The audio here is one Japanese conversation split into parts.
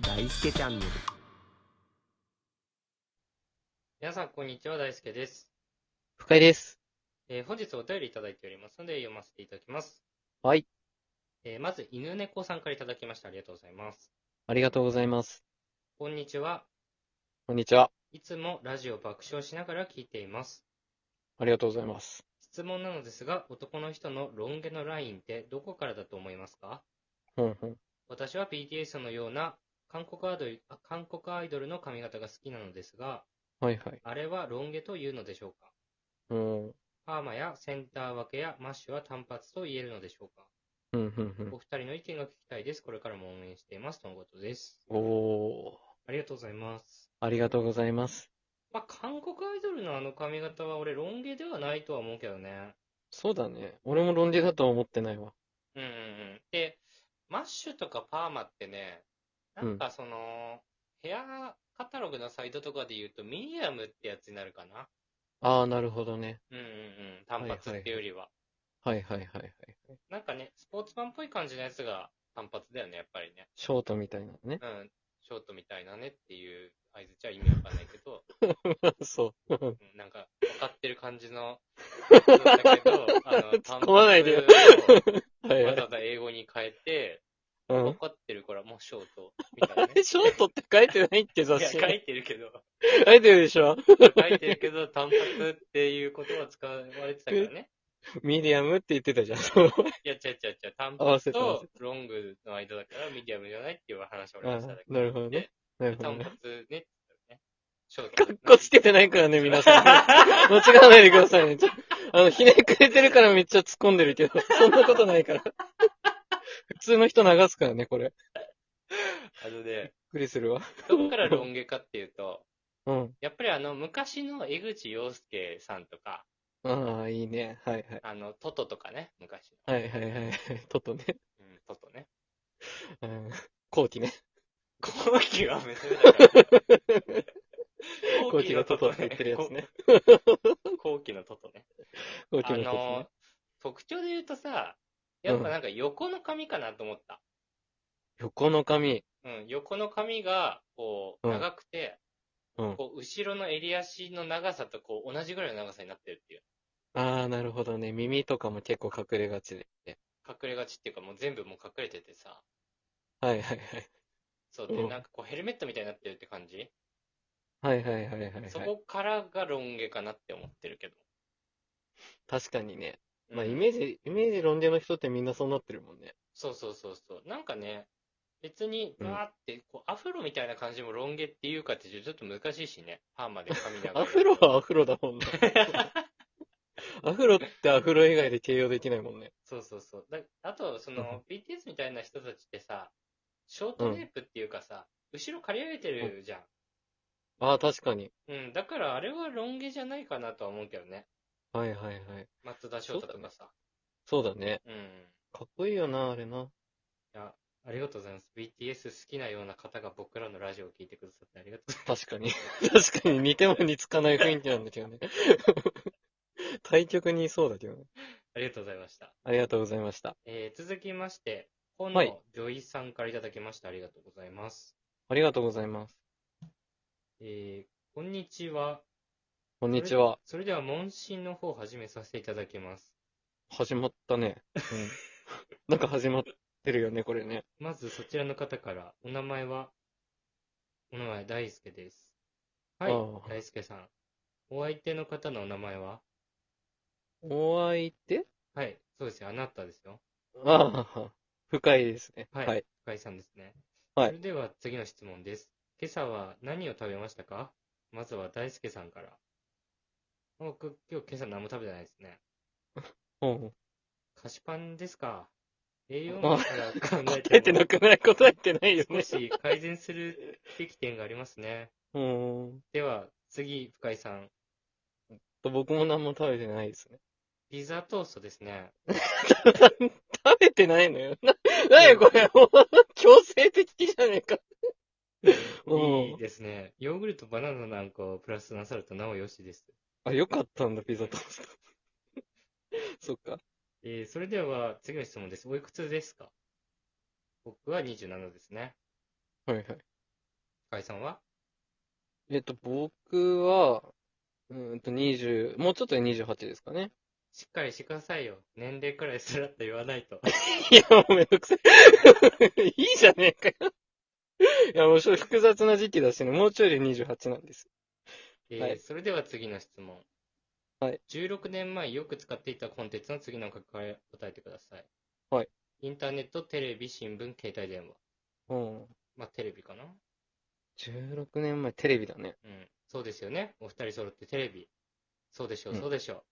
大輔チャンネル皆さん、こんにちは。大輔です。深井です。えー本日お便りいただいておりますので、読ませていただきます。はい。えーまず、犬猫さんからいただきました。ありがとうございます。ありがとうございます。こんにちは。こんにちは。いつもラジオ爆笑しながら聞いています。ありがとうございます。質問なのですが、男の人のロン毛のラインってどこからだと思いますかうんうん。私は BTS のような韓国アイドルあ韓国アイドルの髪型が好きなのですが、はいはい。あれはロン毛というのでしょうかうん。パーマやセンター分けやマッシュは単発と言えるのでしょうかうんうんうんお。二人の意見が聞きたいです。これからも応援しています。とのことです。おー。ありがとうございます。ありがとうございます。まあ、韓国アイドルのあの髪型は俺、ロン毛ではないとは思うけどね。そうだね。俺も論理だとは思ってないわ。うんうんうん。で、マッシュとかパーマってね、なんかその、ヘアカタログのサイトとかで言うと、ミディアムってやつになるかな。あー、なるほどね。うんうんうん。単発っていうよりは。はいはいはいはい。なんかね、スポーツマンっぽい感じのやつが単発だよね、やっぱりね。ショートみたいなのね。うん。ショートみたいなねっていう合図じゃ意味わかんないけど。 そう。うんなんか、分かってる感じ の、だけど、あの、突っ込まないでよ単発 はいをわざはい。わざ英語に変えて、う分ん。かってるから、もうショート、みたいなね。え ショートって書いてないっていや、雑誌書に。 いてるけど、書いてるでしょ書いてるけど、単発っていう言葉使われてたからね。ミディアムって言ってたじゃん。そういや、違う違う違う、単合わせ発た合わとせロングの間だから、ミディアムじゃないっていう話を俺あがしたーだけ。なるほどね。なるほど単ね。発ね、ねショート。かっこつけてないからね、皆さん。 間違わないでくださいね。ちょあの、ひねくれてるからめっちゃ突っ込んでるけど、 そんなことないから。 普通の人流すからね、これ。びっあのね、くりするわ。どこからロン毛かっていうと、うん。やっぱりあの、昔の江口洋介さんとか、ああ、いいね。はいはい。あの、トトとかね、昔の。はいはいはい。 トトね。うん、トトね。うん。後期ね。 後期は別だから。後期がトトって言ってるやつね。こ。後期のトトね。後あ期のトトのね。、特徴で言うとさ、やっぱなんか横の髪かなと思った。横の髪。うん、横の髪が、こう、うん長くて、うん。こう、後ろの襟足の長さとこう、同じぐらいの長さになってるっていう。ああ、なるほどね。耳とかも結構隠れがちで。隠れがちっていうかもう全部もう隠れててさ。はいはいそう、で、うんなんかこうヘルメットみたいになってるって感じ、はい。はいはいはいはい、はい。そこからがロン毛かなって思ってるけど。確かにね。まあ、うんイメージ、イメージ論者の人ってみんなそうなってるもんね。そうそうそうそう。なんかね、別に、うんわーって、こう、アフロみたいな感じもロン毛っていうかってちょっと難しいしね。パーマで髪長い。アフロはアフロだ もんな。アフロってアフロ以外で形容できないもんね。そうそうそう。だあと、その、BTS みたいな人たちってさ、ショーうトんレープっていうかさ、後ろ刈り上げてるじゃん。ああ、確かに。うん、だからあれはロン毛じゃないかなとは思うけどね。はいはいはい。松田翔太とかさ。そうだね。うん。いかっこいいよな、あれな。や、ありがとうございます。BTS 好きなような方が僕らのラジオを聞いてくださってありがとうございます。確かに。 確かに似ても似つかない雰囲気なんだけどね。 対局にいそうだけどね。ありがとうございました。ありがとうございました。えー続きまして、本はいの女医さんからいただきました。ありがとうございます。ありがとうございます。えーこんにちは。こんこにちは。。それでは、問診の方を始めさせていただきます。始まったね。うん。 なんか始まってるよね、これね。まず、そちらの方から、お名前は、お名前、大輔です。はいあー、大輔さん。お相手の方のお名前はお相手はい、そうですよ。あなたですよ。ああ、深いですね。はいはい。深井さんですね。はいそれでは、次の質問です。今朝は何を食べましたかまずは、大輔さんから。僕、今日、今朝何も食べてないですね。うん。菓子パンですか。栄養面あから 考答えてえてもなくない答えてないよ少ね。し改善するべき点がありますね。 うん。では、次、深井さん。僕も何も食べてない ですね。ピザトーストですね。食べてないのよ。な、なにこれ、もう、強制的じゃねえか。うんいいですね。ヨーグルト、バナナなんかをプラスなさるとなおよしです。あ、よかったんだ、ピザトースト。 そっか。えーそれでは、次の質問です。おいくつですか僕は27ですね。はいはい。解散はえっと、僕は、うーんと20、もうちょっとで28ですかね。しっかりしてくださいよ。年齢くらいすらっと言わないと。 いや、もうめんどくさい。 いいじゃねえかよ。 いや、もうちょっと複雑な時期だしね、もうちょいで28なんです。えーはいそれでは次の質問。はい。 16年前よく使っていたコンテンツの次の書き換え答えてください。はい。インターネット、テレビ、新聞、携帯電話。うん。まあ、テレビかな16年前、テレビだね。うん。そうですよね。お二人揃ってテレビ。そうでしょう、うんそうでしょ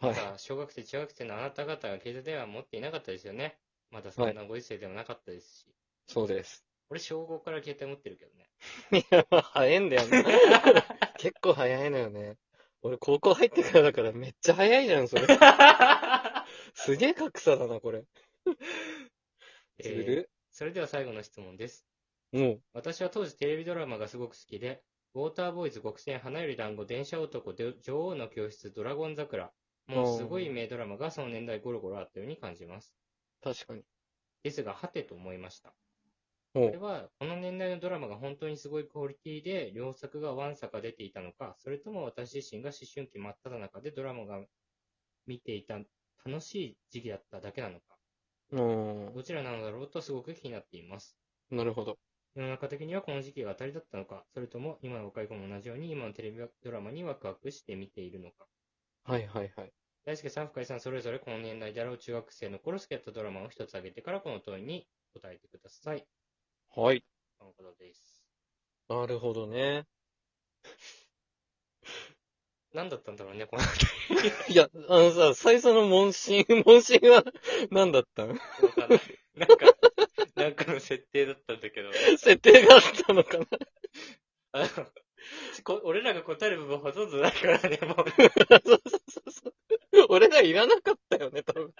う。はい。さあ、小学生、中学生のあなた方が携帯電話持っていなかったですよね。まだそんなご時世でもなかったですし。そうです。俺、小5から携帯持ってるけどね。 いや、まあ、早いんだよね。 結構早いのよね。俺、高校入ってからだからめっちゃ早いじゃん、そ れ。すげえ格差だな、これ。ずえーる。それでは最後の質問です。もう。私は当時テレビドラマがすごく好きで、ウォーターボーイズ、極戦、花より団子、電車男、で女王の教室、ドラゴン桜、もうすごい名ドラマがその年代ゴロゴロあったように感じます。確かに。ですが、はてと思いました。もこれは、この年代のドラマが本当にすごいクオリティで、両作がワンサか出ていたのか、それとも私自身が思春期真っ只中でドラマが見ていた楽しい時期だっただけなのか、う。もどちらなのだろうとすごく気になっています。う。なるほど。世の中的にはこの時期が当たりだったのか、それとも今の若い子も同じように今のテレビドラマにワクワクして見ているのか。はいはいはい。大輔さん、深井さん、それぞれこの年代であろう中学生の頃好きだったドラマを一つ挙げてからこの問いに答えてください。はい。とのことです。なるほどね。何だったんだろうね、このいや、あのさ、最初の問診、 問診は何だったん 答え。なんか、なんかの設定だったんだけど、設定があったのかな あの、こ俺らが答える部分ほとんどないからね、もう。そうそうそうそう。俺らいらなかったよね、多分。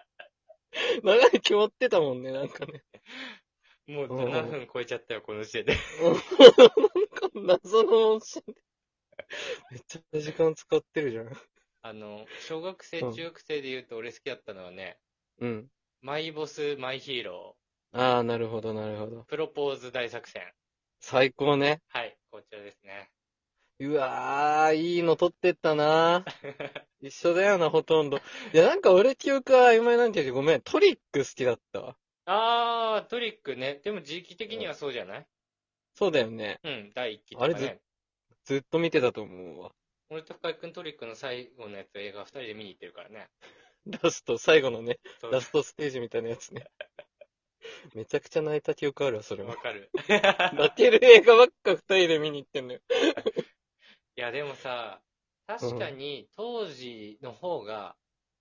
長い決まってたもんね、なんかね。 もう7分超えちゃったよ、この時点で。うんなんか謎の問診で。めっちゃ時間使ってるじゃん。あの、小学生、うん中学生で言うと俺好きだったのはね、うん。マイボス、マイヒーロああ、なるほど、なるほど。ー、プロポーズ大作戦。最高ね。はい、こちらですね。 うわー、いいの撮ってったな一緒だよな、ほとんど。いや、なんか俺記憶は曖昧なんていうけどごめん。トリック好きだったわ。あー、トリックね。でも時期的にはそうじゃないそうだよね。うん、第1期とかあれずね。ずっと見てたと思うわ。俺と深井くんトリックの最後のやつ映画2人で見に行ってるからね。ラスト、最後のね、そうラストステージみたいなやつね。めちゃくちゃ泣いた記憶あるわ、それわは。か る。泣ける映画ばっか二人で見に行ってんのよ。いや、でもさ、確かに当時の方が、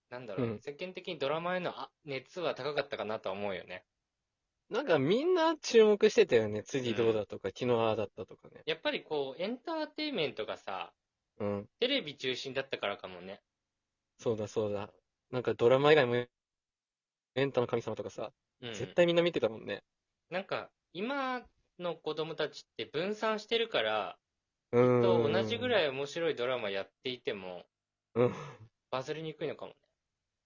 なんだろう、うん世間的にドラマへのあ熱は高かったかなとは思うよね。なんかみんな注目してたよね。次どうだとか、昨日ああだったとかね。やっぱりこう、エンターテインメントがさ、うん。テレビ中心だったからかもね。そうだそうだ。なんかドラマ以外も、エンタの神様とかさ、うん。絶対みんな見てたもんね。なんか、今の子供たちって分散してるから、うーん。と同じぐい。らい面白いドラマやっていても、うん。バズりにくいのかもね。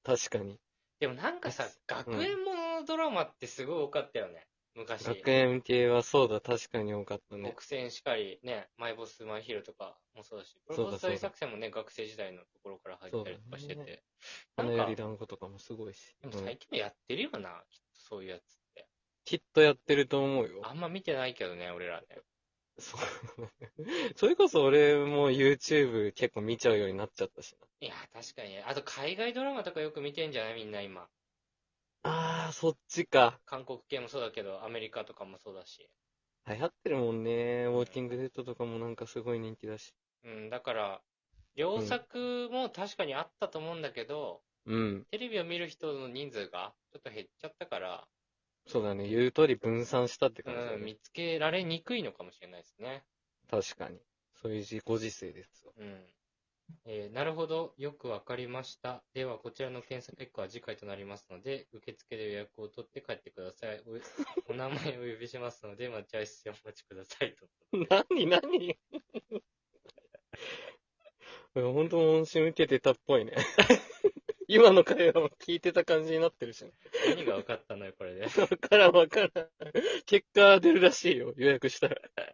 確かに。でもなんかさ、学園もののドラマってすごい多かったよね。昔。学園系はそうだ、確かに多かったね。国選しかり、ね、マイボス、マイヒーローとかもそうだし、プそうロだポーズ大作戦もね、学生時代のところから入ったりとかしてそうだて。な花よんりか、団子とかもすごいし。でもうん最近もやってるよな、きっとそういうやつって。きっとやってると思うよ。あんま見てないけどね、俺らね。そう。 それこそ俺も YouTube 結構見ちゃうようになっちゃったしな。いや、確かにね。あと海外ドラマとかよく見てんじゃないみんな今。あー、そっちか。韓国系もそうだけど、アメリカとかもそうだし。流行ってるもんね。ウォーキングデッドとかもなんかすごい人気だし。うん、だから、両作も確かにあったと思うんだけど、うん。テレビを見る人の人数がちょっと減っちゃったから、そうだね。言う通り分散したって感じだうん、ね。見つけられにくいのかもしれないですね。確かに。そういう時ご時世ですよ。うん。えーなるほど。よくわかりました。では、こちらの検査結果は次回となりますので、受付で予約を取って帰ってください。お お名前をお呼びしますので、待合室でお待ちくださいと。 何何いやほんと音信受けてたっぽいね。 今の会話も聞いてた感じになってるしね。何が分かったのよ、これで。わからんわからん。結果出るらしいよ。予約したら。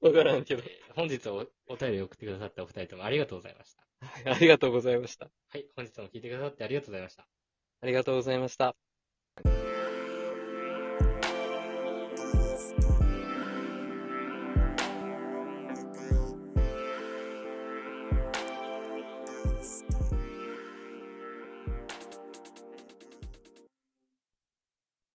わからんけど。えー本日おお便りを送ってくださったお二人ともありがとうございました。はいありがとうございました。はい、本日も聞いてくださってありがとうございました。ありがとうございました。